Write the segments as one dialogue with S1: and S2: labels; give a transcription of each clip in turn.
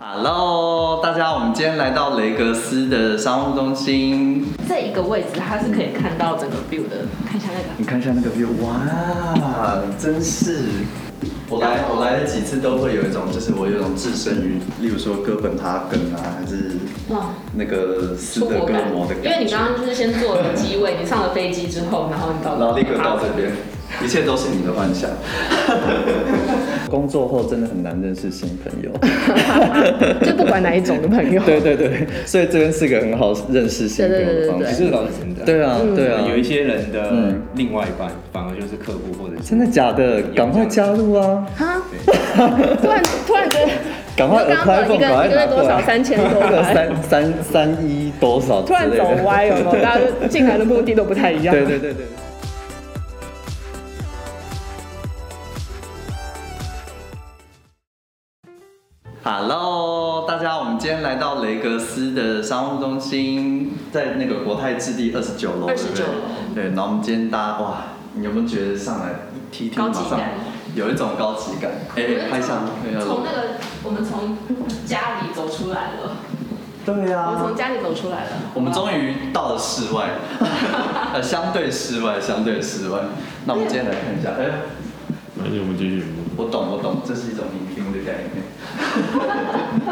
S1: Hello，大家，我们今天来到雷格斯的商务中心，
S2: 这一个位置它是可以看到整个 view 的，看一下那个。
S1: 你看一下那个 view，哇，真是！我来我来了几次都会有一种，就是我有一种置身于，例如说哥本哈根啊，还是
S2: 哇，
S1: 那个斯
S2: 出
S1: 德
S2: 国
S1: 哥
S2: 感
S1: 尔摩的，
S2: 因为
S1: 感
S2: 你
S1: 觉
S2: 刚，刚就是先坐了机位，你上了飞机之后，然后你 到
S1: 然后立刻到这边，一切都是你的 幻想。工作后真的很难认识新朋友。
S3: 就不管哪一种的朋友，
S1: 对对对，所以这边是一个很好认识新朋友的方
S3: 对对对对对
S1: 式。
S4: 是老是真的。
S1: 对啊，对啊，
S4: 有一些人的
S1: 嗯
S4: 另外一半反而就是客户或者是
S1: 真的假的？赶快加 入啊！
S3: 哈， 突然突然觉得，
S1: 赶快
S3: 你刚刚的
S1: apply phone，
S3: 一个
S1: 赶快
S3: 一个
S1: 拿
S3: 月多
S1: 过
S3: 少？
S1: 来。
S3: 三千多
S1: 那个
S3: 吧，
S1: 三三三一多少之
S3: 突然
S1: 类
S3: 走
S1: 的？
S3: 歪了嘛，哎大家就进来的目的都不太一样。
S1: 对对对对。Hello，大家，我们今天来到雷格斯的商务中心，在那个国泰置地二十九楼，对不对
S2: 29楼？
S1: 对，然后我们今天搭，哇，你有没有觉得上来一梯梯
S2: 高
S1: 马
S2: 级
S1: 上
S2: 感
S1: 有一种高级感？哎、拍上那个
S2: 从那个我们从家里走出来了，
S1: 对
S3: 啊
S1: 啊呀、
S2: 我们从家里走出来了，
S1: 我们终于到了室外， 呃，相对室外，相对室外。那我们今天来看一下，哎、
S5: 那我们继续。
S1: 我懂，我懂，这是一种聆听的概 念。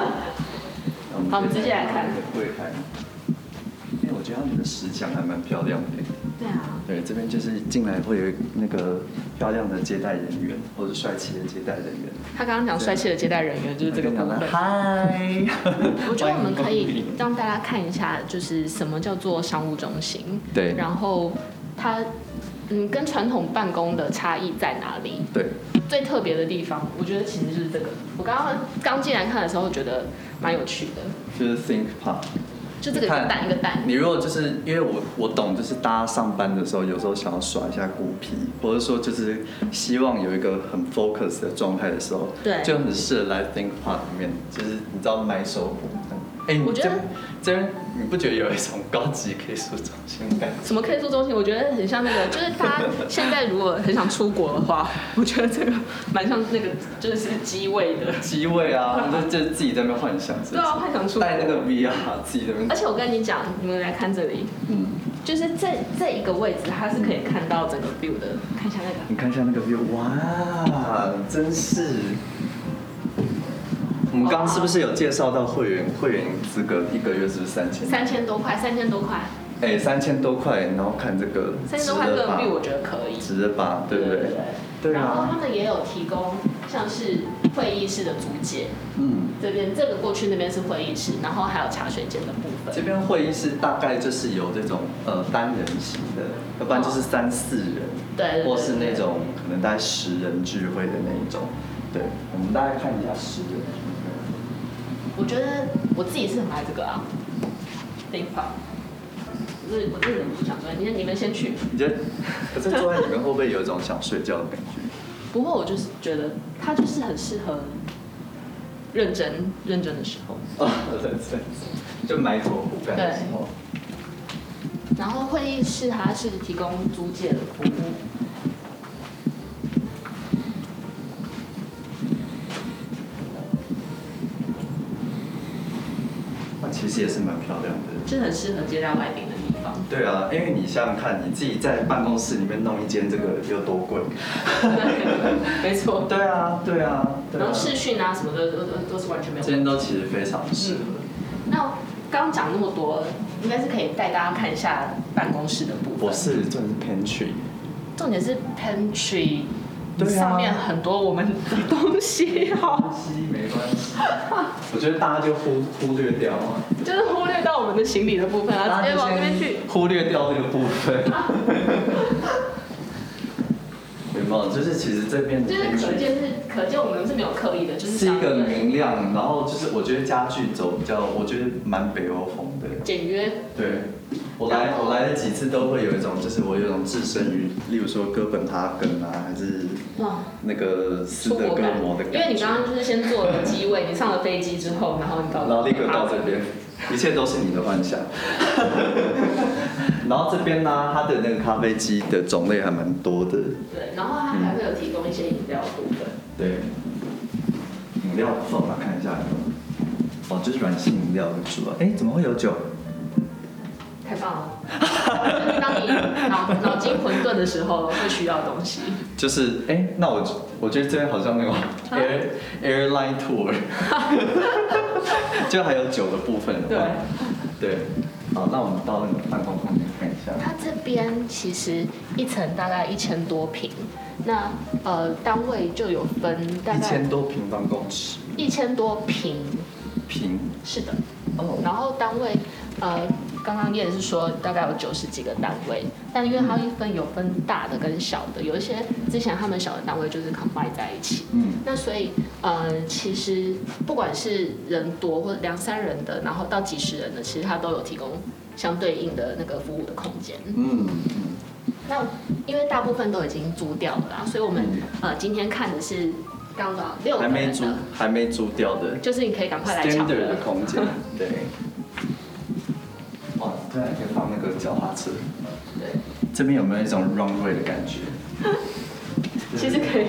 S2: 好我们直接来看
S1: 柜台。因为哎我觉得他们的石墙还蛮漂亮的。
S2: 对啊，
S1: 对，这边就是进来会有那个漂亮的接待人员，或者帅气的接待人员。
S2: 他刚刚讲帅气的接待人
S1: 哎
S2: 员就是这个部
S1: 跟他
S2: 分
S1: 们。嗨，
S2: 我觉得我们可以让大家看一下，就是什么叫做商务中心，
S1: 对
S2: 然后它嗯跟传统办公的差异在哪里？
S1: 对，
S2: 最特别的地方，我觉得其实就是这个。我刚刚刚进来看的时候，觉得蛮有趣的，
S1: 就是 Think Park。
S2: 就这个一个蛋一个蛋，
S1: 你如果就是因为我我懂，就是大家上班的时候，有时候想要耍一下孤僻，或者说就是希望有一个很 focus 的状态的时候，
S2: 对
S1: 就很适合来 Think Park 里面，就是你知道埋首苦。哎、你
S2: 我觉得
S1: 这这边你不觉得有一种高级可以说中心感？
S2: 什么 K 数中心，我觉得很像那个，就是他现在如果很想出国的话，我觉得这个蛮像那个就是机位的，
S1: 机位 啊，就就自己在那边幻想自己
S2: 对，啊，幻想出国。
S1: 带那个 VR 自己在那边
S2: 而，且我跟你讲，你们来看这里，
S1: 嗯，
S2: 就是这这一个位置，它是可以看到整个 view 的，看一下那个。
S1: 你看一下那个 view，哇，真是！我们刚刚是不是有介绍到会员会员资格一个月是不是三千？
S2: 三千多块，三千多块，
S1: 哎，三千多块，然后看这个
S2: 三千多块这
S1: 值得
S2: 个
S1: 吧
S2: view 我觉得可以。
S1: 值得吧，对不对？对
S2: 然后他
S1: 啊，
S2: 们也有提供像是会议室的租借，
S1: 嗯，
S2: 这边这个过去那边是会议室，然后还有茶水间的部
S1: 这
S2: 分。
S1: 边会议室大概就是有这种呃单人型的，要不然就是三四人，
S2: 哦对对对
S1: 或是那种可能大概十人聚会的那一种。对，我们大概看一下十人聚会。
S2: 我觉得我自己是很爱这个啊，Think Park。我是我是忍不住想说，你看你们先去。
S1: 你觉得，可是坐在里面会不会有一种想睡觉的感觉？
S2: 不过我就是觉得它就是很适合认真认真的时候。
S1: 啊，对对，就埋头苦干的时候。
S2: 然后会议室它是提供租借的服务。
S1: 那其实也是蛮漂亮的。
S2: 是很适合接待外宾的地方。
S1: 对啊，因为你想想看，你自己在办公室里面弄一间这个有多贵？
S2: 没错。
S1: 对啊，对啊，对
S2: 然
S1: 啊
S2: 后。视讯啊什么的都都都是完全没有
S1: 这。边都其实非常适合。
S2: 哦那刚讲那么多，应该是可以带大家看一下办公室的部分。
S1: 我是真的是 pantry，
S2: 重点是 pantry，、
S1: 对啊
S2: 上面很多我们的东西
S1: 关
S2: 哦，
S1: 系没关系，我觉得大家就忽忽略掉啊嘛，
S2: 就是忽略到我们的行李的部分啊，直接往那边去。，
S1: 忽略掉那个部分。 有没有？就是其实这边的
S2: 就是
S1: pantry
S2: 可见是可见我们是没有刻意的，就是
S1: 是
S2: 想
S1: 一个明亮，然后就是我觉得家具走比较，我觉得蛮北欧风的。
S2: 简约，
S1: 对，我来我来了几次都会有一种，就是我有一种置身于，例如说哥本哈根啊，还是
S2: 哇，
S1: 那个斯
S2: 出
S1: 德
S2: 国
S1: 哥尔
S2: 感
S1: 摩的。感觉。
S2: 因为你刚刚就是先坐了机位，你上了飞机之后，然后你到
S1: 然后立刻到这边，一切都是你的幻想。 然后这边呢、它的那个咖啡机的种类还蛮多的，
S2: 对，然后它还会有提供一些饮料部分。
S1: 对。饮料放啊，看一下有没有。哦，就是软性饮料为主啊。哎，怎么会有酒？
S2: 太棒 了！就是当你脑脑筋混沌的时候会需要的东西。
S1: 就是哎、那我我觉得这边好像那种
S2: 啊
S1: air airline tour，就还有酒的部分的话，对对，好，那我们到那个办公空间看一下。
S2: 它这边其实一层大概一千多平，那呃单位就有分大
S1: 一
S2: 概
S1: 千多平方公尺，
S2: 一千多平，
S1: 平
S2: 是的。
S1: 哦
S2: 然后单位呃刚刚叶是说大概有九十几个单位，但因为它
S1: 嗯
S2: 一分有分大的跟小的，有一些之前他们小的单位就是 combine 在一起。
S1: 嗯，
S2: 那所以，呃，其实不管是人多或者两三人的，然后到几十人的，其实它都有提供相对应的那个服务的空间。
S1: 嗯
S2: 那因为大部分都已经租掉了啦，所以我们呃今天看的是刚刚多少六
S1: 嗯，
S2: 个
S1: 还没
S2: 人
S1: 租
S2: 的，
S1: 还没租掉的
S2: 就是你可以赶快来抢
S1: standard 的
S2: 了。
S1: 空 间，对。哇，对，啊还可以放那个脚踏车，
S2: 对，
S1: 这边有没有一种 runway 的感觉？
S2: 其实可以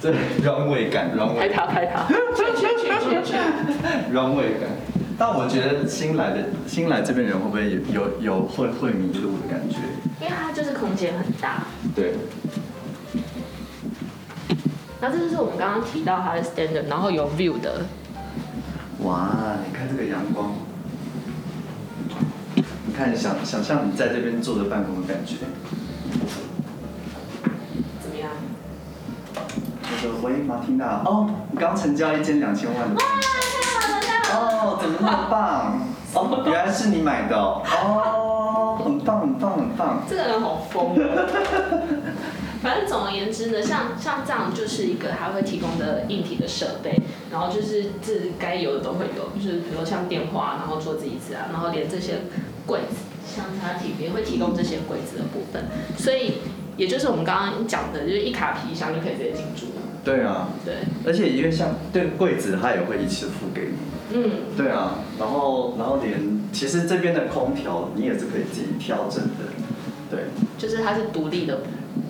S1: 对，runway 感，runway
S2: 拍它拍 它，去去去去去。
S1: runway 感。但我觉得新来的新来这边人会不会有有有会会迷路的感觉？
S2: 因为它就是空间很大。
S1: 对，
S2: 然后这就是我们刚刚提到它的 standard，然后有 view 的，
S1: 哇，你看这个阳光，你看想想象你在这边坐着办公的感觉，
S2: 怎么样？
S1: 那个喂马蒂娜，哦，我刚成交一间两千 万的，哦，怎么那么棒？哦，原来是你买的哦，哦，很棒很棒很棒，
S2: 这个人好疯哦。反正总而言之呢，像像这样就是一个它会提供的硬体的设备，然后就是这该有的都会有，就是比如像电话，然后桌子椅子啊，然后连这些柜子，像它体也会提供这些柜子的部分，所以也就是我们刚刚讲的，就是一卡皮箱就可以直接进驻了。
S1: 对啊，
S2: 对，
S1: 而且因为像对柜子，它也会一次付给你。
S2: 嗯，
S1: 对啊，然后然后连其实这边的空调你也是可以自己调整的，对
S2: 就是它是独立的，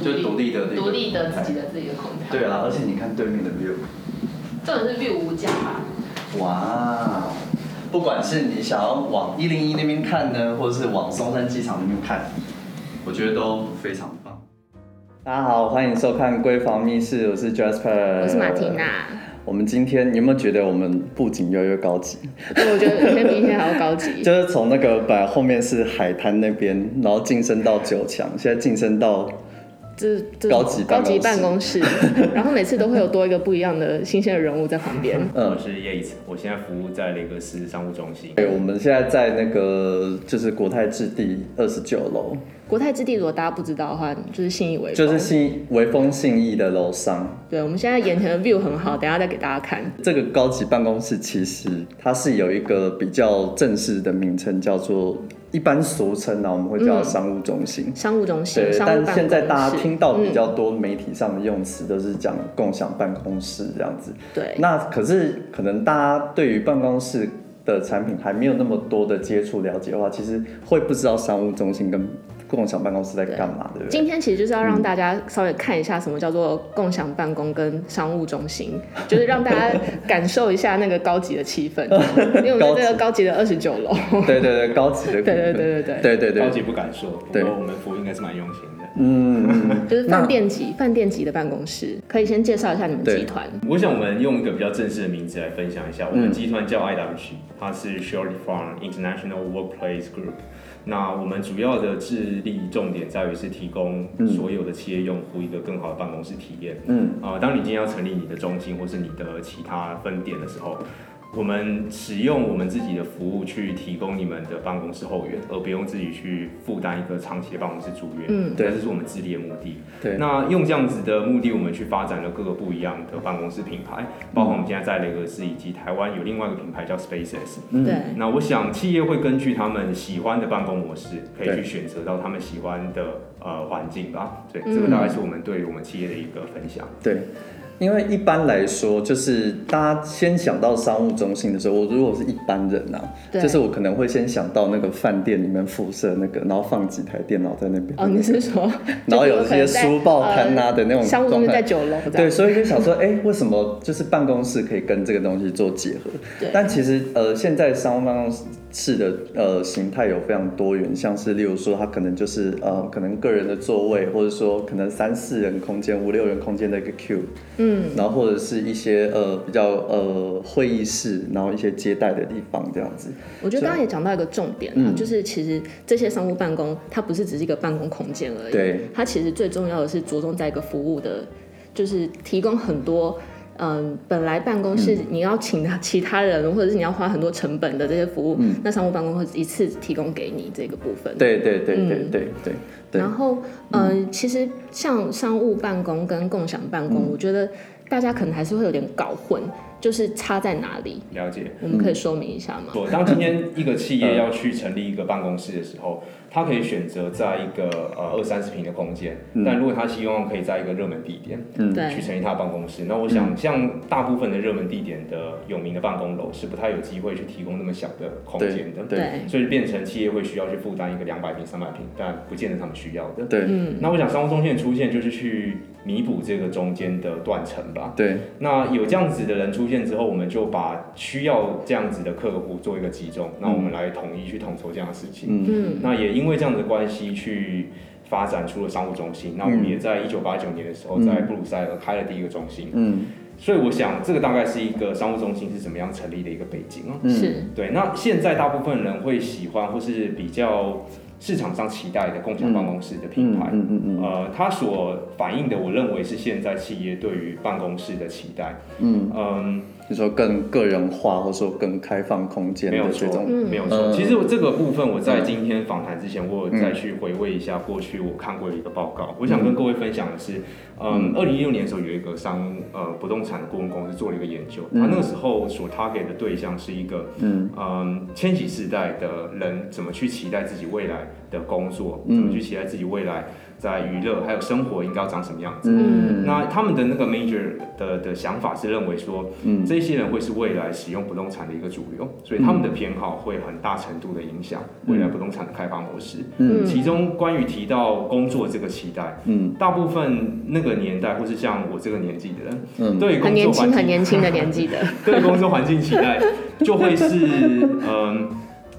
S1: 就是独立的那个
S2: 独立的自己的自己的空调。
S1: 对啊，而且你看对面的 view，
S2: 这种是 view 无价吧？
S1: 哇，不管是你想要往一零一那边看呢，或者是往松山机场那边看，我觉得都非常棒。大家好，欢迎收看《闺房密室》，我是 Jasper，
S6: 我是马缇。娜，
S1: 我们今天你有没有觉得我们布景越来越高级？
S6: 对我觉得今天比以前还要高级。
S1: 就是从那个本来后面是海滩那边，然后晋升到九强，现在晋升到
S6: 这这
S1: 高级办公室
S6: 高级办公 室，然后每次都会有多一个不一样的新鲜的人物在旁 边。
S1: 嗯
S4: 我，是叶子，我现在服务在雷格斯商务中心。
S1: 对，我们现在在那个就是国泰置地二十九楼，
S6: 国泰之地，如果大家不知道的话，就是信义为风
S1: 就是信微风信义的楼上。
S6: 对，我们现在眼前的 view 很好，等一下再给大家看。
S1: 这个高级办公室其实它是有一个比较正式的名称，叫做一般俗称呢、啊，我们会叫它商务中心。
S6: 商务中心，
S1: 对，
S6: 嗯商务办
S1: 但
S6: 公室。
S1: 现在大家听到比
S6: 嗯
S1: 较多媒体上的用词都是讲共享办公室这样子。
S6: 嗯对，
S1: 那可是可能大家对于办公室的产品还没有那么多的接触了解的话，其实会不知道商务中心跟共享办公室在干嘛，对不对？
S6: 今天其实就是要让大家稍微看一下什么叫做共享办公跟商务中 心，就是让大家感受一下那个高级的气 氛，因为我们在这个高级的二十九楼。
S1: 对对对，高级 的股份，
S6: 对对对对对
S1: 对对对
S4: 高级不敢说，不
S1: 对
S4: 过我们服务应该是蛮用心的。
S1: 嗯，嗯
S6: 就是
S1: 那
S6: 饭店级、饭店级的办公室，可以先介绍一下你们
S1: 对
S6: 集团。
S4: 我想我们用一个比较正式的名字来分享一下，我
S1: 嗯
S4: 们集团叫 IWG，它是 Short Farm International Workplace Group。那我们主要的致力重点在于是提供
S1: 嗯
S4: 所有的企业用户一个更好的办公室体验。
S1: 嗯
S4: 啊、当你今天要成立你的中心或是你的其他分店的时候，我们使用我们自己的服务去提供你们的办公室后援，而不用自己去负担一个长期的办公室租约。
S6: 嗯
S1: 对
S4: 这是我们致力的目的。
S2: 嗯
S1: 对
S4: 那用这样子的目的，我们去发展了各个不一样的办公室品牌，包括我们现在在雷格斯以及台湾有另外一个品牌叫 Spaces。
S1: 嗯
S6: 对，
S4: 那我想企业会根据他们喜欢的办公模式，可以
S1: 对
S4: 去选择到他们
S1: 嗯
S4: 喜欢的呃环境吧。对，这个大概是我们对于我们企业的一个分享。
S1: 对。因为一般来说，就是大家先想到商务中心的时候，我如果是一般人啊，
S2: 对
S1: 就是我可能会先想到那个饭店里面附设那个，然后放几台电脑在那边。
S2: 哦，你是说，
S1: 然后
S2: 就比如
S1: 有一
S2: 可
S1: 些
S2: 能在
S1: 书报摊啊
S2: 呃
S1: 的那种
S2: 商务中
S1: 状
S2: 心
S1: 态
S2: 在九楼，这
S1: 对，
S2: 样
S1: 所以就想说，哎、为什么就是办公室可以跟这个东西做结合？
S2: 对
S1: 但其实呃，现在商务办公室的呃形态有非常多元，像是例如说，它可能就是呃，可能个人的座位，或者说可能三四人空间、五六人空间的一个 Q，
S2: 嗯，
S1: 然后或者是一些呃比较呃会议室，然后一些接待的地方这样子。
S2: 我觉得刚刚也讲到一个重点啊，
S1: 嗯
S2: 就是其实这些商务办公，它不是只是一个办公空间而已，
S1: 对
S2: 它其实最重要的是着重在一个服务的，就是提供很多。嗯，本来办公
S1: 嗯
S2: 室你要请他其他人，或者是你要花很多成本的这些服务，
S1: 嗯
S2: 那商务办公会一次提供给你这个部分。
S1: 对对对对
S2: 嗯
S1: 对对对
S2: 然后，嗯、其实像商务办公跟共享办
S1: 嗯
S2: 公，我觉得大家可能还是会有点搞混，就是差在哪里？
S4: 了解。
S2: 我们可以说明一下吗？
S4: 我当今天一个企业要去成立一个办公室的时候，它可以选择在一个呃二三十平的空间，
S1: 嗯
S4: 但如果他希望可以在一个热门地点去
S2: 对，嗯
S4: 成立他的办公室，那我想像大部分的热门地点的有名的办公楼是不太有机会去提供那么小的空间的，
S1: 对
S2: 对
S4: 所以变成企业会需要去负担一个两百平、三百平，但不见得他们需要的。
S1: 对
S2: 嗯，
S4: 那我想商务中心的出现就是去弥补这个中间的断层吧。
S1: 对
S4: 那有这样子的人出现之后，我们就把需要这样子的客户做一个集中，那我们来统一去统筹这样的事情。
S1: 嗯
S2: 嗯，
S4: 那也因为这样子的关系去。发展出了商务中心，那我们
S1: 嗯
S4: 也在一九八九年的时候，
S1: 嗯
S4: 在布鲁塞尔开了第一个中心，
S1: 嗯
S4: 所以我想这个大概是一个商务中心是怎么样成立的一个背景啊。
S1: 嗯
S2: 是，
S4: 对，那现在大部分人会喜欢或是比较市场上期待的共享办公室的品牌，
S1: 嗯嗯嗯嗯
S4: 呃，它所反映的，我认为是现在企业对于办公室的期待。
S1: 嗯，
S4: 嗯，
S1: 就说更个人化，或者说更开放空间
S4: 没有
S1: 的
S4: 错
S1: 这种。
S2: 嗯
S4: 没有错。
S1: 嗯
S4: 其实我这个部分，我在今天访谈之前，我有再去回味一下过去我看过的一个报
S1: 嗯
S4: 告。我想跟各位分享的是，嗯，二零一六年的时候有一个商呃不动产的顾问公司做了一个研究，
S1: 嗯
S4: 他那个时候所 target 的对象是一个
S1: 嗯
S4: 嗯千禧世代的人怎么去期待自己未来的工作，
S1: 嗯
S4: 怎么去期待自己未来在娱乐还有生活应该要长什么样子。
S1: 嗯，
S4: 那他们的那个 major 的的想法是认为说，
S1: 嗯
S4: 这些人会是未来使用不动产的一个主流，所以他们的偏好会很大程度的影响未来不动产的开发模式。
S1: 嗯
S4: 其中关于提到工作这个期待，
S1: 嗯
S4: 大部分那个年代或是像我这个年纪的人，
S1: 嗯，
S4: 对于
S2: 很
S4: 工
S2: 年
S4: 作
S2: 轻、
S4: 环
S2: 很
S4: 境，
S2: 年轻的年纪的，
S4: 对工作环境 期待就会是嗯。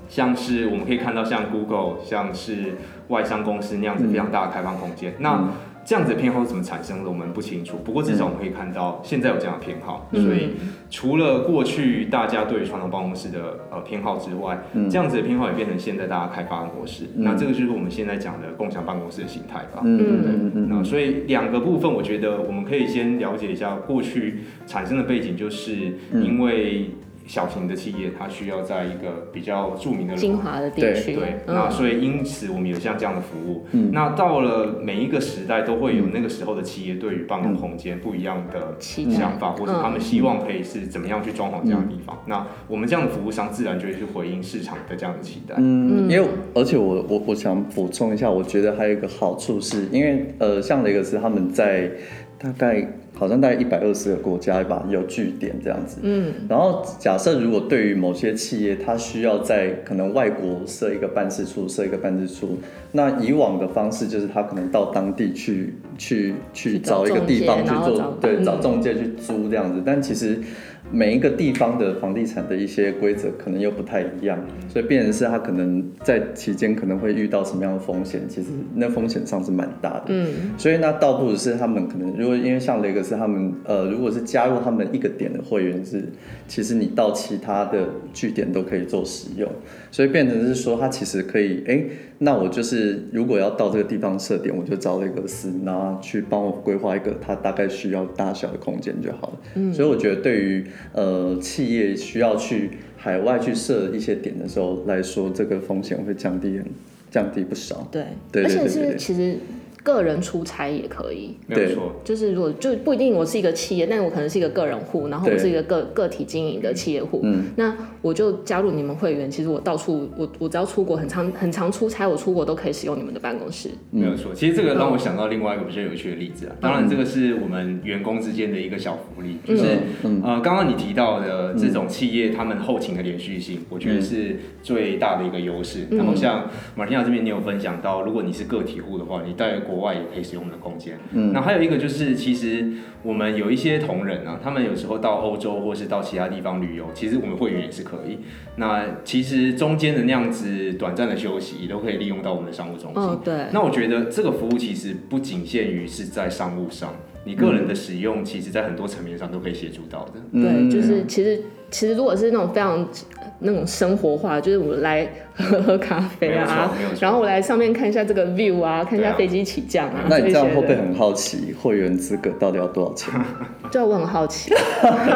S4: 像是我们可以看到，像 Google，像是外商公司那样子非常大的开放空
S1: 嗯
S4: 间。那这样子的偏好是怎么产生的，我们不清楚。不过至少我们可以看到，现在有这样的偏好，
S1: 嗯
S4: 所以除了过去大家对传统办公室的呃偏好之外，
S1: 嗯
S4: 这样子的偏好也变成现在大家开发的模式。
S1: 嗯
S4: 那这个就是我们现在讲的共享办公室的形态吧。
S1: 嗯嗯嗯
S4: 那所以两个部分，我觉得我们可以先了解一下过去产生的背景，就是
S1: 嗯
S4: 因为小型的企业它需要在一个比较著名的
S2: 精华的地
S1: 嗯对
S2: 区，
S4: 对，那
S2: 嗯，
S4: 所以因此我们有像这样的服务。
S1: 嗯
S4: 那到了每一个时代，都会有那个时候的企业对于办公
S1: 嗯
S4: 空间不一样的
S2: 期待
S4: 想法，或者他们希望可以是怎么样去装潢这样的地方。那我们这样的服务商自然就会去回应市场的这样的期待。
S1: 嗯，因为而且我我我想补充一下，我觉得还有一个好处是，因为呃，像雷克斯他们在大概好像大概一百二十个国家吧有据点这样子。
S2: 嗯，
S1: 然后假设如果对于某些企业，它需要在可能外国设一个办事处，设一个办事处，那以往的方式就是他可能到当地去去去
S2: 去找
S1: 找一个
S2: 中
S1: 地
S2: 介
S1: 方去
S2: 然后找
S1: 做，对，
S2: 嗯
S1: 找中介去租这样子。但其实每一个地方的房地产的一些规则可能又不太一样，所以变成是他可能在期间可能会遇到什么样的风险，其实那风险上是蛮大的。
S2: 嗯，
S1: 所以那倒不如是他们可能，如果因为像雷克斯他们，呃，如果是加入他们一个点的会员制，其实你到其他的据点都可以做使用，所以变成是说，它其实可以，哎、那我就是如果要到这个地方设点，我就找雷克斯，然后去帮我规划一个它大概需要大小的空间就好了。嗯，所以我觉得对于呃企业需要去海外去设一些点的时候来说，这个风险会降低很降低不少。
S2: 对，
S1: 对对
S2: 而
S1: 对
S2: 且
S1: 对
S2: 是
S1: 对
S2: 其实个人出差也可以。
S4: 没有错。
S2: 就是如果就不一定我是一个企业，但我可能是一个个人户，然后我
S1: 对
S2: 是一个个个体经营的企业户，
S1: 嗯
S2: 那我就加入你们会员。其实我到处我我只要出国很常很常出差，我出国都可以使用你们的办公室。
S1: 嗯
S4: 没有错，其实这个让我想到另外一个比较有趣的例子啊。当然，这个是我们员工之间的一个小福利，就是
S1: 嗯
S4: 呃，刚刚你提到的这种企业，他们后勤的连续
S1: 嗯
S4: 性，我觉得是最大的一个优势。那么像马天亚这边，你有分享到，如果你是个体户的话，你在国外也可以使用我们的空间。嗯，那还有一个就是，其实我们有一些同仁啊，他们有时候到欧洲或是到其他地方旅游，其实我们会员也是可以。那其实中间的那样子短暂的休息，都可以利用到我们的商务中心。
S2: 嗯，对，
S4: 那我觉得这个服务其实不仅限于是在商务上，你个人的使用，其实在很多层面上都可以协助到的。
S1: 嗯
S4: 嗯
S2: 对，就是其实其实如果是那种非常呃那种生活化，就是我来喝喝咖啡啊
S4: 没有错没有，错
S2: 然后我来上面看一下这个 view 啊，看一
S4: 对
S2: 下
S4: 啊
S2: 飞机起降啊，
S1: 那你这样
S2: 些
S1: 会不会
S2: 的
S1: 很好奇会员资格到底要多少钱？
S2: 对，我很好 奇，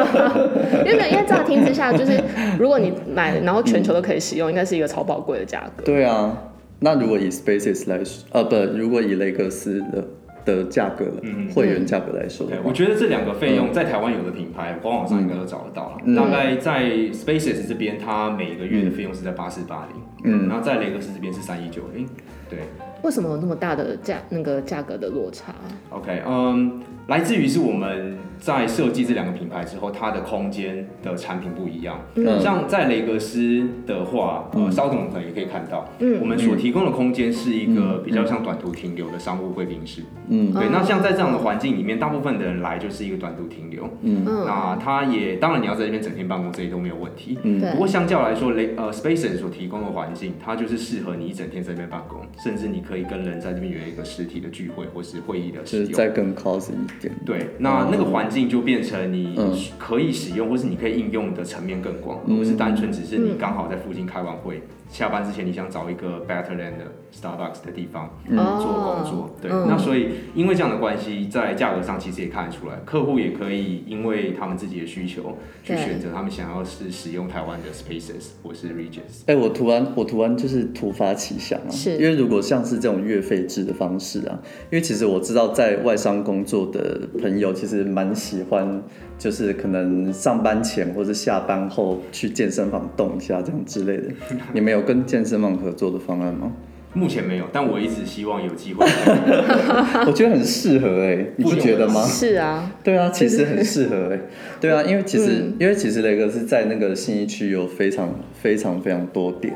S2: 因为没有因为乍听之下，就是 如果你买，然后全球都可以使用，应该是一个超宝贵的价格。
S1: 对啊，那如果以 Spaces 来说，呃不，如果以雷克斯的的价格了，会员价格来说
S4: 对
S1: 的，话
S4: 我，觉得这两个费用在台湾有的品牌官网上应该都找得到了。
S1: 嗯
S4: 大概在 Spaces 这边，它每个月的费用是在八四八零，
S1: 嗯
S4: 然后在雷克斯这边是三一九零。对
S2: 为什么有那么大的价那个价格的落差？
S4: ，OK，嗯，来自于是我们在设计这两个品牌之后，它的空间的产品不一样。
S1: 嗯
S4: 像在雷格斯的话，呃，稍等可能也可以看到，
S2: 嗯
S4: 我们所提供的空间是一个比较像短途停留的商务贵宾室。
S1: 嗯
S4: 对，
S2: 嗯
S4: 那像在这样的环境里面，大部分的人来就是一个短途停留。
S1: 嗯
S2: 嗯，
S4: 那他也当然你要在这边整天办公，这些都没有问题。
S2: 对
S4: 不过相较来说，雷呃 Spaces 所提供的环境，它就是适合你一整天在这边办公，甚至你可以跟人在这边有一个实体的聚会或是会议的
S1: 就
S4: 使
S1: 是
S4: 用。
S1: 再更 cosy 一点，
S4: 对，那那个环境就变成你
S1: 嗯
S4: 可以使用，或是你可以应用的层面更广，而不是单纯只是
S1: 嗯
S4: 你刚好在附近开完会，下班之前你想找一个 better than 的 Starbucks 的地方嗯做工作。对，
S2: 嗯
S4: 那所以因为这样的关系，在价格上其实也看得出来，客户也可以因为他们自己的需求去
S2: 对
S4: 选择他们想要是使用台湾的 Spaces 或是 Regis。
S1: 哎、我突然我突然就是突发奇想啊，
S2: 是
S1: 因为如果像是这种月费制的方式啊，因为其实我知道在外商工作的朋友其实蛮喜欢，就是可能上班前或者下班后去健身房动一下这样之类的。你们有跟健身房合作的方案吗？
S4: 目前没有，但我一直希望有机会。
S1: 我觉得很适合哎、你不觉得吗？
S2: 是啊，
S1: 对啊，其实很适合哎、 对啊，因为其实、
S2: 嗯
S1: 因为其实雷哥是在那个信义区有非常非常非常多点，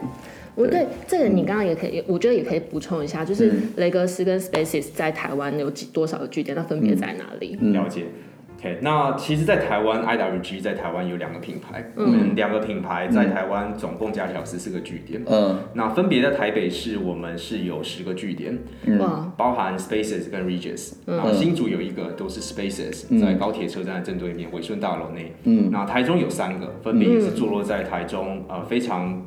S2: 我对这个你刚刚也可以，我觉得也可以补充一下，就是
S4: 嗯
S2: 雷格斯跟 Spaces 在台湾有几多少个据点，它分
S4: 嗯
S2: 别在哪里？
S4: 了解。OK，那其实，在台湾 IWG 在台湾有两个品牌，
S2: 嗯
S4: 我们两个品牌在台湾总共加起来有十四个据点。
S1: 嗯
S4: 那分别在台北市，我们是有十个据点，
S2: 哇，
S4: 包含 Spaces 跟 Regis，然后新竹有一个都是 Spaces，在高铁车站的正对面，伟顺大楼内。嗯，那台中有三个，分别也是坐落在台中呃非常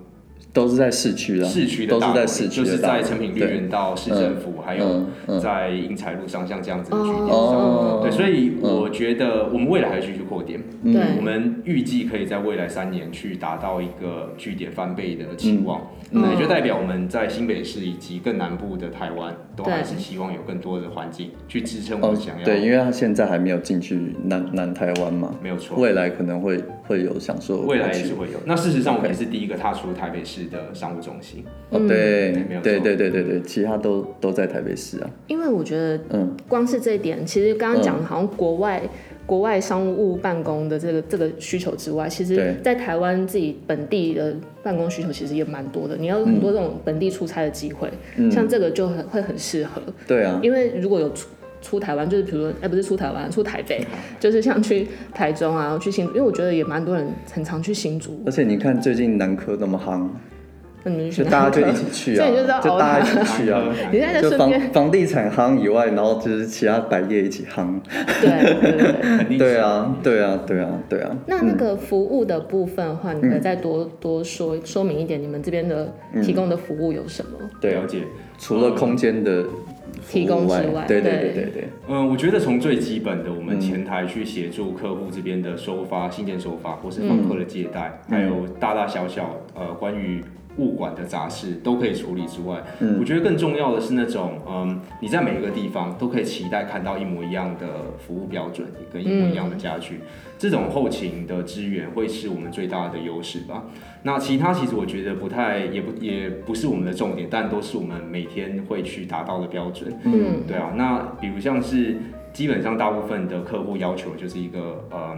S1: 都是在市区啦，
S4: 市区的
S1: 啊都
S4: 大
S1: 是
S4: 楼内，
S1: 在市区
S4: 就
S1: 的
S4: 是
S1: 大
S4: 在
S1: 楼
S4: 成品绿
S1: 对
S4: 园到市政府，还
S1: 嗯
S4: 有在英才路上，像这样子的据点上。
S1: 哦，
S4: 对，所以我觉得我们未来还继续扩点，
S2: 对
S4: 我们预计可以在未来三年去达到一个据点翻倍的期望，
S2: 嗯
S4: 那也
S2: 嗯
S4: 就代表我们在新北市以及更南部的台湾，都还是希望有更多的环境去支撑我
S1: 哦
S4: 们想要。
S1: 对，因为他现在还没有进去南南台湾嘛，
S4: 没有错，
S1: 未来可能会会有想说
S4: 未来也是
S1: 去
S4: 会有。那事实上，我们
S1: OK
S4: 也是第一个踏出台北市的商务中 心。
S1: 哦，
S4: 嗯没
S1: 对
S4: 有错
S1: 对对对对对，其他都都在台北市啊，
S2: 因为我觉得
S1: 嗯，
S2: 光是这一点，其实刚刚讲的好像国外、国外商务办公的这个这个需求之外，其
S1: 对
S2: 实在台湾自己本地的办公需求其实也蛮多的。你要有很多这种本地出差的机会，
S1: 嗯
S2: 像这个就很会很适合，
S1: 对啊，
S2: 因为如果有出。出台湾就是，比如说，哎、不是出台湾，出台北，
S1: 嗯
S2: 就是像去台中啊，去新竹，因为我觉得也蛮多人很常去新
S4: 嗯
S2: 竹，
S1: 而且你看最近南科那么夯，
S2: 那你们去
S1: 就大家就
S2: 哪
S1: 一
S2: 里
S1: 起 去啊，
S2: 所以就是要
S1: 就大家一起去
S4: 哦
S1: 啊。
S2: 你现在 在
S1: 就
S2: 顺
S1: 房
S2: 便
S1: 房地产夯以外，然后就是其他百业一起夯，
S2: 对对对对，
S4: 肯定是
S1: 对啊，对啊，对啊，对啊。
S2: 那
S4: 嗯
S2: 那个服务的部分的话，你可以再多、多说说明一点，你们这边的
S4: 嗯
S2: 提供的服务有什么？
S1: 对啊
S4: 了，解。
S1: 除了空间的
S2: 提供之
S1: 服务
S2: 外
S1: 对对对
S2: 对
S1: 对对，
S4: 嗯，我觉得从最基本的，我们前台去协助客户这边的收发、信件收发，或是访客的接待，还有大大小小呃关于物管的杂事都可以处理之外，
S1: 嗯
S4: 我觉得更重要的是那种，嗯，你在每一个地方都可以期待看到一模一样的服务标准跟一模一样的家具，这种后勤的资源会是我们最大的优势吧。那其他其实我觉得不太，也不也不是我们的重点，但都是我们每天会去达到的标准。
S2: 嗯
S4: 对啊，那比如像是基本上大部分的客户要求就是一个呃，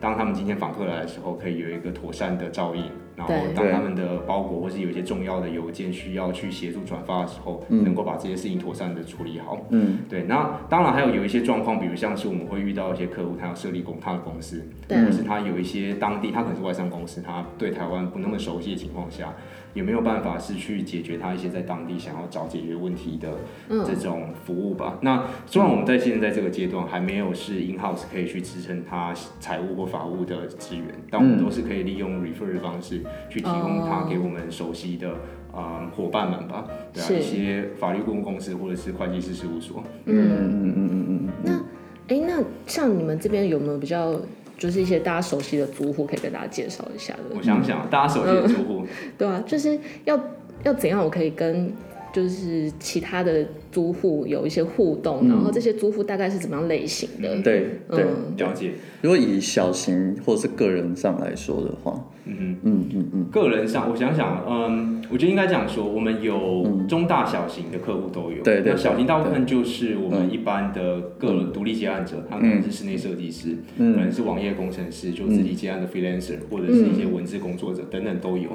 S4: 当他们今天访客来的时候，可以有一个妥善的照应，然后
S2: 对
S4: 当他们的包裹或是有一些重要的邮件需要去协助转发的时候，
S1: 嗯
S4: 能够把这些事情妥善的处理好。
S1: 嗯，
S4: 对，那当然还有有一些状况，比如像是我们会遇到一些客户，他要设立公他的公司，
S2: 对啊
S4: 或是他有一些当地他可能是外商公司，他对台湾不那么熟悉的情况下，有没有办法是去解决他一些在当地想要找解决问题的
S2: 嗯
S4: 这种服务吧？那虽然我们在现在这个阶段还没有是 in house 可以去支撑他财务或法务的资源，但我们
S1: 嗯
S4: 都是可以利用 refer 的方式去提供他
S2: 哦
S4: 给我们熟悉的。啊、伙伴们吧，对啊，
S2: 是
S4: 一些法律顾问公司或者是会计师事务所，
S2: 嗯，
S1: 嗯嗯嗯嗯嗯，
S2: 哎、那像你们这边有没有比较就是一些大家熟悉的租户可以跟大家介绍一下的？
S4: 我想想，大家手机的住户，
S2: 对啊，就是要要怎样我可以跟就是其他的租户有一些互动，然
S4: 嗯
S2: 后这些租户大概是怎么样类型的？
S1: 对对。
S2: 嗯
S4: 了解，
S1: 如果以小型或是个人上来说的话，
S4: 嗯
S1: 嗯嗯嗯
S4: 哼，个人上，我想想，嗯，我觉得应该这样说，我们有中大小型的客户都有，
S1: 嗯对对
S4: 那小型大部分就是我们
S1: 嗯
S4: 一般的个人独立接案者，他们可能是室内设计师，可能
S1: 嗯
S4: 是网页工程师，就自己接案的 freelancer，或者是一些文字工作者等等都有。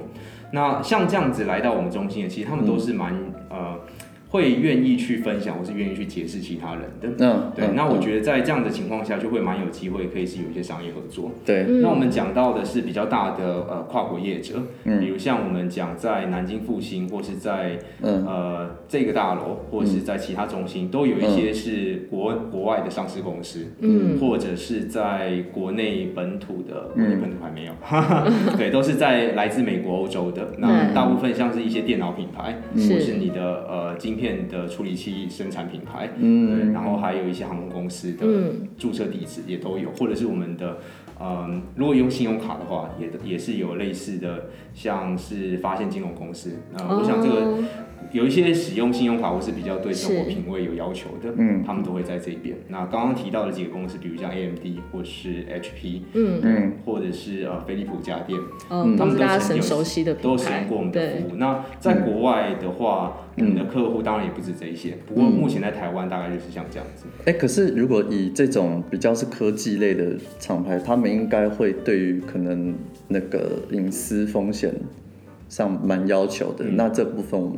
S4: 那像这样子来到我们中心的，其实他们都是蛮
S1: 嗯
S4: 呃，会愿意去分享，或是愿意去解释其他人的。
S1: 嗯，
S4: 对，那我
S1: 得
S4: 觉得在这样的情况下，就会蛮有机会可以是有一些商业合作。
S1: 对，
S2: 嗯
S4: 那我们讲到的是比较大的呃跨国业者，
S1: 嗯
S4: 比如像我们讲在南京复兴，或是在
S1: 嗯
S4: 呃这个大楼，或是在其他中心，都有一些是国
S1: 嗯
S4: 国外的上市公司，
S2: 嗯
S4: 或者是在国内本土的，国内本土还没有， 哈哈， 对，都是在来自美国、欧洲的。那
S2: 嗯
S4: 大部分像是一些电脑品牌，
S1: 嗯
S2: 是
S4: 或是你的呃晶片的处理器生产品牌，对，
S1: 嗯
S4: 然后还有一些航空公司的
S2: 嗯
S4: 注册地址也都有，或者是我们的，嗯，如果用信用卡的话，也也是有类似的，像是发现金融公司。那、我想这个
S2: 哦
S4: 有一些使用信用卡或是比较对生活
S2: 是
S4: 品味有要求的，
S1: 嗯
S4: 他们都会在这边。那刚刚提到的几个公司，比如像 AMD 或是 HP，
S2: 嗯
S1: 嗯
S4: 或者是呃飞利浦家电，
S2: 嗯，
S4: 他
S2: 都
S4: 们
S2: 是大家
S4: 都是
S2: 很
S4: 有
S2: 熟悉的
S4: 都
S2: 品
S4: 使
S2: 牌
S4: 用过我们，的
S2: 对
S4: 服务。那
S1: 嗯
S4: 在国外的话，我们的客户当然也不止这一些，不
S1: 嗯
S4: 过目前在台湾大概就是像这样子。
S1: 哎、可是如果以这种比较是科技类的厂牌，他们应该会对于可能那个隐私风险上蛮要求的。
S4: 嗯
S1: 那这部分我们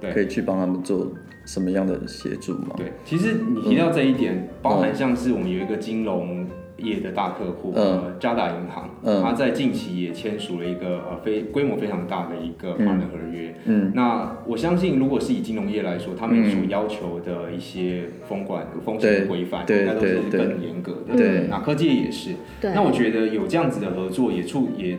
S4: 对
S1: 可以去帮他们做什么样的协助吗？
S4: 对，其实你提到这一
S1: 嗯
S4: 点，包含像是我们有一个金融业的大客户，
S1: 嗯
S4: 呃，渣打银行，
S1: 嗯
S4: 它在近期也签署了一个呃非规模非常大的一个 partner 合约。
S1: 嗯
S4: 那我相信，如果是以金融业来说，他们所要求的一些风管风险的规范，
S1: 对
S4: 应该都是
S1: 对对
S4: 更严格的。
S1: 对
S4: 那科技业也是。
S2: 对，啊
S4: 那我觉得有这样子的合作，也促也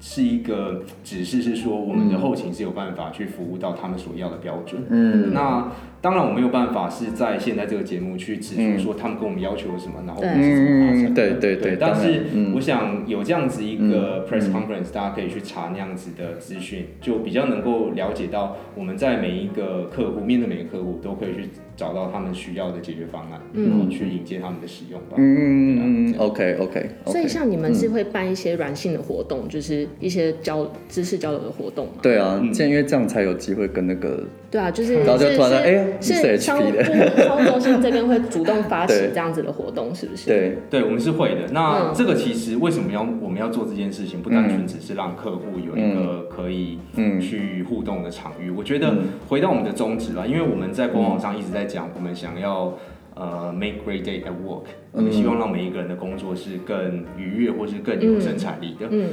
S4: 是一个指示，是说我们的后勤是有办法去服务到他们所要的标准。
S1: 嗯
S4: 那当然，我没有办法是在现在这个节目去指出说他们跟我们要求什么，然后我们是怎么达成的。
S1: 嗯，对对对，
S4: 但
S1: 当
S4: 是
S1: 然嗯
S4: 我想有这样子一个 press conference，、大家可以去查那样子的资讯，就比较能够了解到我们在每一个客户面对每个客户都可以去找到他们需要的解决方案，然后去迎接他们的使用吧。
S1: 嗯嗯
S4: 啊
S1: 嗯，OK OK，嗯
S2: 所以像你们是会办一些软性的活动，就是一些交知识交流的活动嘛？
S1: 对啊，
S4: 嗯
S1: 这样因为这样才有机会跟那个
S2: 对啊，就是
S1: 然后就是突然哎呀
S2: 是
S1: 你是
S2: 是商
S1: HP
S2: 务
S1: 的
S2: 部商务中心这边会主动发 起
S1: 对
S2: 这样子的活动，是不是？
S1: 对，
S4: 对，我们是会的。那
S2: 嗯
S4: 这个其实为什么要我们要做这件事情，不单纯只是让客户有一个可以
S1: 嗯
S4: 去互动的场域。我觉得回到我们的宗旨啦，因为我们在官网上一直在讲，我们想要呃 make great day at work，我们希望让每一个人的工作是更愉悦或是更有生产力的。
S2: 嗯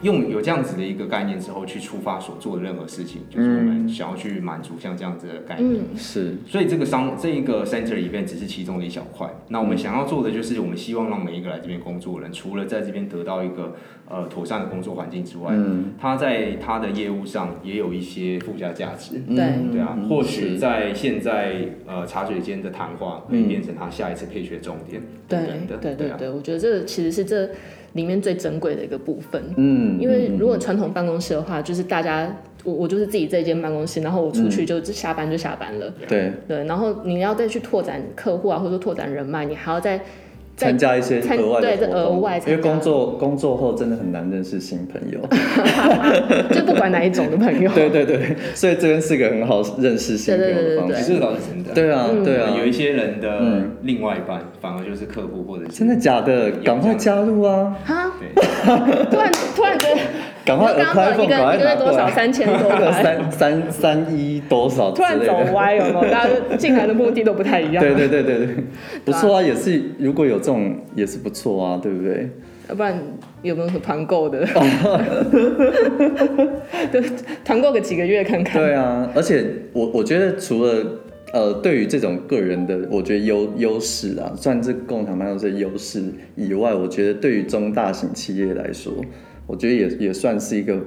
S4: 用有这样子的一个概念之后去触发所做的任何事情，就是我们想要去满足像这样子的概念。
S2: 嗯
S1: 是
S4: 所以这个商这一个 center event 只是其中的一小块。那我们
S1: 嗯
S4: 想要做的就是，我们希望让每一个来这边工作的人，除了在这边得到一个呃妥善的工作环境之外，
S1: 嗯
S4: 他在他的业务上也有一些附加价值。
S2: 对
S4: 对啊，
S1: 嗯
S4: 或
S1: 是
S4: 许在现在呃茶水间的谈话
S1: 嗯
S4: 会变成他下一次配学重点
S2: 对
S4: 等等的，
S2: 对
S4: 对
S2: 对
S4: 啊，
S2: 对，我觉得这个其实是这里面最珍贵的一个部分。
S1: 嗯，
S2: 因为如果传统办公室的话，就是大家我我就是自己这一间办公室，然后我出去就就下班就下班了。
S1: 对，
S2: 对，然后你要再去拓展客户啊，或者说拓展人脉，你还要再再
S1: 参加一些
S2: 参
S1: 额外
S2: 对
S1: 的
S2: 再
S1: 活动
S2: 额外
S1: 因为
S2: 参加
S1: 工作工作后真的很难认识新朋友。
S2: 就不管哪一种的朋友。
S1: 对对对，
S2: 嗯
S1: 所以这边是一个很好认识新朋友的方
S4: 其
S1: 式。
S4: 实老是真的。
S1: 对啊，
S2: 嗯
S1: 对啊，
S4: 有一些人的
S1: 嗯
S4: 另外一半反而就是客户或者是
S1: 真的假的？赶快加入啊！
S2: 哈，
S4: 对，
S2: 突然突然觉得，
S1: 赶快
S2: 刚刚说
S1: apply
S2: 一
S1: phone，赶
S2: 个
S1: 快
S2: 一个月
S1: 拿
S2: 多
S1: 过
S2: 少？
S1: 来。
S2: 三千 多
S1: 那个
S2: 块，
S1: 三三三一多少之
S2: 突然
S1: 类
S2: 走
S1: 的？
S2: 歪了嘛，大家就进来的目的都不太一样。啊
S1: 对对对对对，不错啊，也是如果有这种也是不错啊，对不对？
S2: 要不然有没有团购 的？ 对，团购个几个月看看。
S1: 对啊，而且我我觉得除了呃，对于这种个人的，我觉得优优势啊，算这共享办公室的优势以外，我觉得对于中大型企业来说，我觉得也也算是一个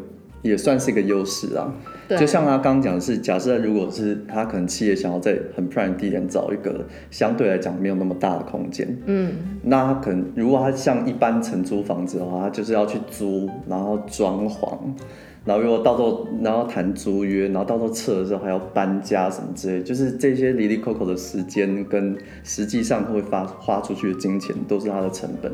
S1: 也算是一个优势啊。
S2: 对
S1: 就像他刚刚讲的是，假设如果是他可能企业想要在很 prime 的地点找一个相对来讲没有那么大的空间，
S2: 嗯，
S1: 那他可能如果他像一般承租房子的话，他就是要去租，然后装潢，然后如果到时候然后谈租约，然后到时候撤的时候还要搬家什么之类，就是这些离离扣扣的时间跟实际上会发花出去的金钱都是他的成本。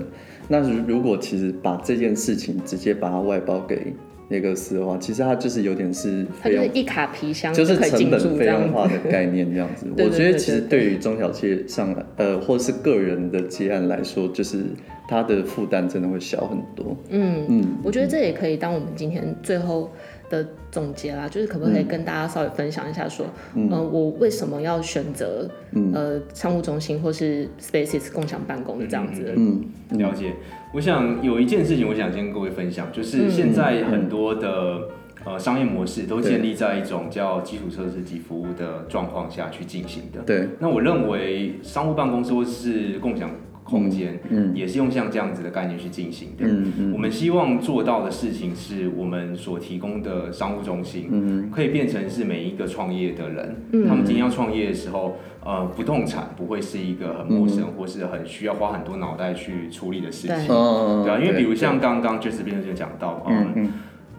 S1: 那如如果其实把这件事情直接把它外包给那个司的话，其实它就是有点是
S2: 它
S1: 费
S2: 就是
S1: 用
S2: 一卡皮箱
S1: 就是
S2: 可以
S1: 成
S2: 进
S1: 本
S2: 驻
S1: 费
S2: 这样
S1: 用化
S2: 子。
S1: 的概念这样
S2: 。
S1: 子
S2: 对对
S1: 我觉得
S2: 对
S1: 其实
S2: 对
S1: 对于中小企业上来，呃，或是个人的接案来说，就是它的负担真的会小很多。
S2: 嗯，
S1: 嗯，
S2: 我觉得这也可以当我们今天最后的总结啦，就是可不可以跟大家稍微分享一下说，嗯、呃，我为什么要选择、呃商务中心或是 Spaces 共享办公的这样子的
S4: 嗯了解。我想有一件事情，我想先跟各位分享，就是
S2: 嗯
S4: 现在很多的、呃商业模式都建立在一种叫基础设施及服务的状况下去进行的。
S2: 嗯
S1: 对，
S4: 那我认为商务办公室或是共享空间，嗯，也是用像这样子的概念去进行的。
S1: 嗯嗯
S4: 我们希望做到的事情是我们所提供的商务中心，可以变成是每一个创业的人，他们今天要创业的时候，呃，不动产不会是一个很陌生、或是很需要花很多脑袋去处理的事
S2: 对
S4: 情，
S1: 嗯，
S4: 对啊，因为比如
S1: 对
S4: 像刚刚 j e s s 辩论就讲到，嗯
S1: 嗯。嗯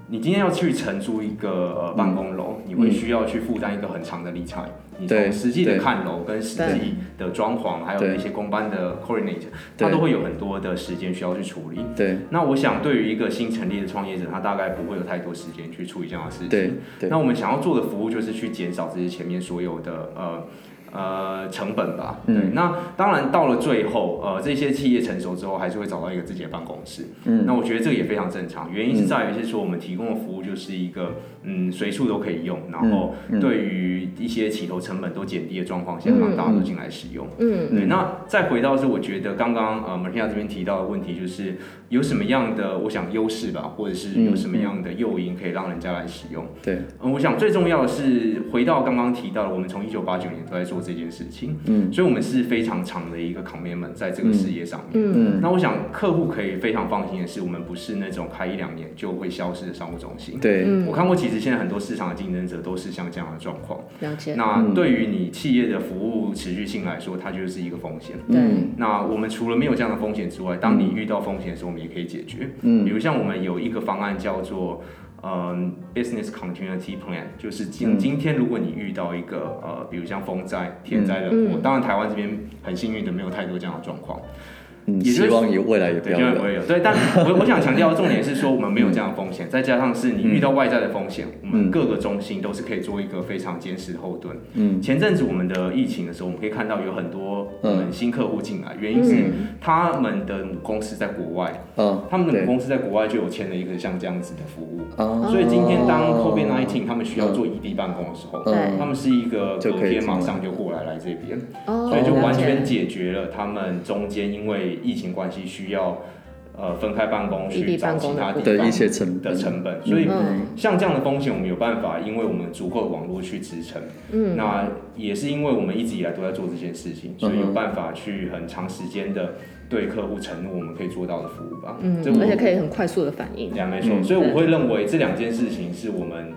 S4: 你今天要去承租一个呃办公楼，你会需要去负担一个很长的理财。你
S1: 对
S4: 从实际的
S1: 对
S4: 看楼跟实
S2: 对
S4: 际的装潢，还有
S1: 对
S4: 那些公班的 coordinate，
S1: 对
S4: 它都会有很多的时间需要去处理。
S1: 对
S4: 那我想，对于一个新成立的创业者，他大概不会有太多时间去处理这样的事情。
S1: 对对
S4: 那我们想要做的服务就是去减少这些前面所有的呃呃成本吧。对，
S1: 嗯
S4: 那当然到了最后，呃，这些企业成熟之后，还是会找到一个自己的办公室。
S1: 嗯
S4: 那我觉得这个也非常正常，原因是在于是说我们提供的服务就是一个嗯随处都可以用，然后
S1: 嗯嗯
S4: 对于一些起头成本都减低的状况下，
S2: 嗯
S4: 让大家都进来使用。
S2: 嗯
S4: 对，那再回到是，我觉得刚刚呃 Maria 这边提到的问题，就是有什么样的我想优势吧，或者是有
S1: 嗯
S4: 什么样的诱因可以让人家来使用？
S1: 对，
S4: 嗯，我想最重要的是回到刚刚提到的，我们从一九八九年都在做这件事情，
S1: 嗯
S4: 所以我们是非常长的一个 commitment 在这个事业上面。
S2: 嗯
S4: 那我想客户可以非常放心的是，我们不是那种开一两年就会消失的商务中心。
S1: 对
S2: 嗯
S4: 我看过，其实现在很多市场的竞争者都是像这样的状况。
S2: 了解？
S4: 那对于你企业的服务持续性来说，它就是一个风险。
S2: 对，
S4: 那我们除了没有这样的风险之外，当
S2: 嗯
S4: 你遇到风险的时候，我们也可以解决。
S1: 嗯
S4: 比如像我们有一个方案叫做嗯 business continuity plan，就是
S2: 嗯
S4: 今今天如果你遇到一个呃，比如像风灾、天灾的祸，
S2: 嗯
S4: 当然台湾这边很幸运的没有太多这样的状况，
S1: 嗯，
S4: 也就
S1: 希
S4: 是
S1: 望也未来也不
S4: 对，
S1: 要
S4: 就
S1: 有
S4: 不。会有。对，但我我想强调的重点是说，我们没有这样的风险，再加上是你
S1: 嗯
S4: 遇到外在的风险，我们各个中心都是可以做一个非常坚实的后盾。
S1: 嗯
S4: 前阵子我们的疫情的时候，我们可以看到有很多我
S1: 嗯
S4: 们新客户进来，原因是他们的母公司在国外，
S1: 嗯，
S4: 他们的母
S1: 对
S4: 公司在国外就有签了一个像这样子的服务。
S1: 啊
S4: 所以今天当 COVID-19 他们需要做异地办公的时候，
S2: 对
S4: 他们是一个
S1: 嗯就
S4: 隔
S1: 可以
S4: 天
S1: 进
S4: 马
S1: 来
S4: 上就过来来这边，
S2: 哦，
S4: 所以就
S2: 了
S4: 完全
S2: 解
S4: 解决了他们中间因为疫情关系需要呃分开办公
S2: 异地
S4: 去找
S2: 办公
S4: 其
S2: 的
S4: 他地
S1: 的
S4: 方
S1: 一些成
S4: 的
S1: 本，
S4: 成本，所以
S2: 嗯
S4: 像这样的风险，我们有办法，因为我们足够的网络去支撑。嗯，那也是因为我们一直以来都在做这件事
S1: 嗯
S4: 情，所以有办法去很长时间的对客户承诺我们可以做到的服务吧。
S2: 嗯
S4: 这我，
S2: 而且可以很快速的反应。
S4: 两没错，
S1: 嗯
S4: 所以我会认为这两件事情是我们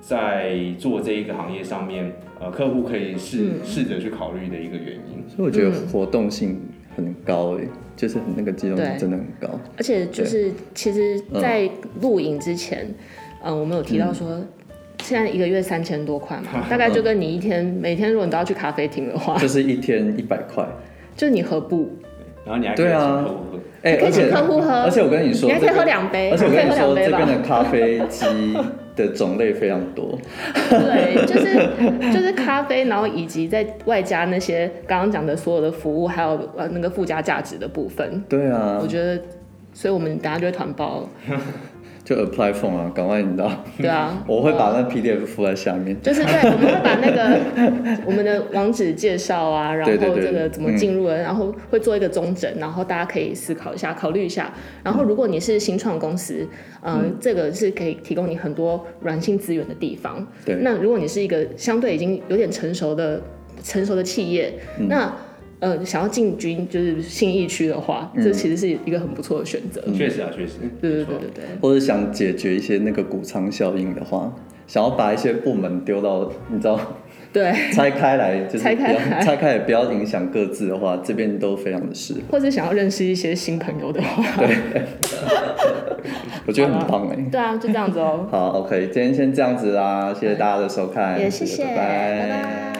S4: 在做这一个行业上面，呃，客户可以
S2: 嗯
S4: 试试着去考虑的一个原因。
S1: 所以我觉
S4: 嗯
S1: 得活动性很高诶，就是那个机动性
S2: 对
S1: 真的很高。
S2: 而呃且就是，其实，在录影之前，嗯、我们有提到说，现在一个月三千多块 嘛，大概就跟你一天每天如果你都要去咖啡厅的话，
S1: 就是一天一百块。
S2: 就你何不？
S4: 然后你还可以
S1: 对
S4: 请
S1: 啊
S4: 客户喝，
S1: 哎、
S2: 可
S1: 而
S2: 以请
S1: 且
S2: 客户喝
S1: 而且我跟你说，
S2: 你还可以
S1: 这边
S2: 喝两杯
S1: 而且我跟你
S2: 可以喝
S1: 说，这
S2: 两杯吧
S1: 边的咖啡机的种类非常多。
S2: 对，就是就是咖啡，然后以及在外加那些刚刚讲的所有的服务，还有呃那个附加价值的部分，
S1: 对啊
S2: 我，觉得，所以我们大家就会团报了，
S1: 就 apply form 啊，赶快你知道，，
S2: 对啊
S1: 我会把那 PDF 附在下面。
S2: 就是对，我们会把那 个我们的网址介绍啊，然后
S1: 对对嗯对
S2: 这个怎么进入的，然后会做一个中整，然后大家可以思考一下，考虑一下。然
S1: 嗯
S2: 后如果你是新创公司，嗯、这个是可以提供你很多软性资源的地方。
S1: 对
S2: 那如果你是一个相对已经有点成熟的成熟的企业，
S1: 嗯
S2: 那呃想要进军就是信义区的话，
S1: 嗯
S2: 这其实是一个很不错的选择。
S4: 确实啊，确实，
S2: 对对
S4: 没错
S2: 对对对。
S1: 或者想解决一些那个谷仓效应的话，想要把一些部门丢到你知道
S2: 对，
S1: 拆开来，就是
S2: 拆
S1: 不
S2: 开
S1: 要
S2: 来
S1: 拆开来不要影响各自的话，这边都非常的适合，
S2: 或者想要认识一些新朋友的话，
S1: 我觉得很棒哎、
S2: 对啊，就这样子哦。
S1: 好，OK，今天先这样子啦，谢谢大家的收看，
S2: 也谢谢，
S1: 拜
S2: 拜拜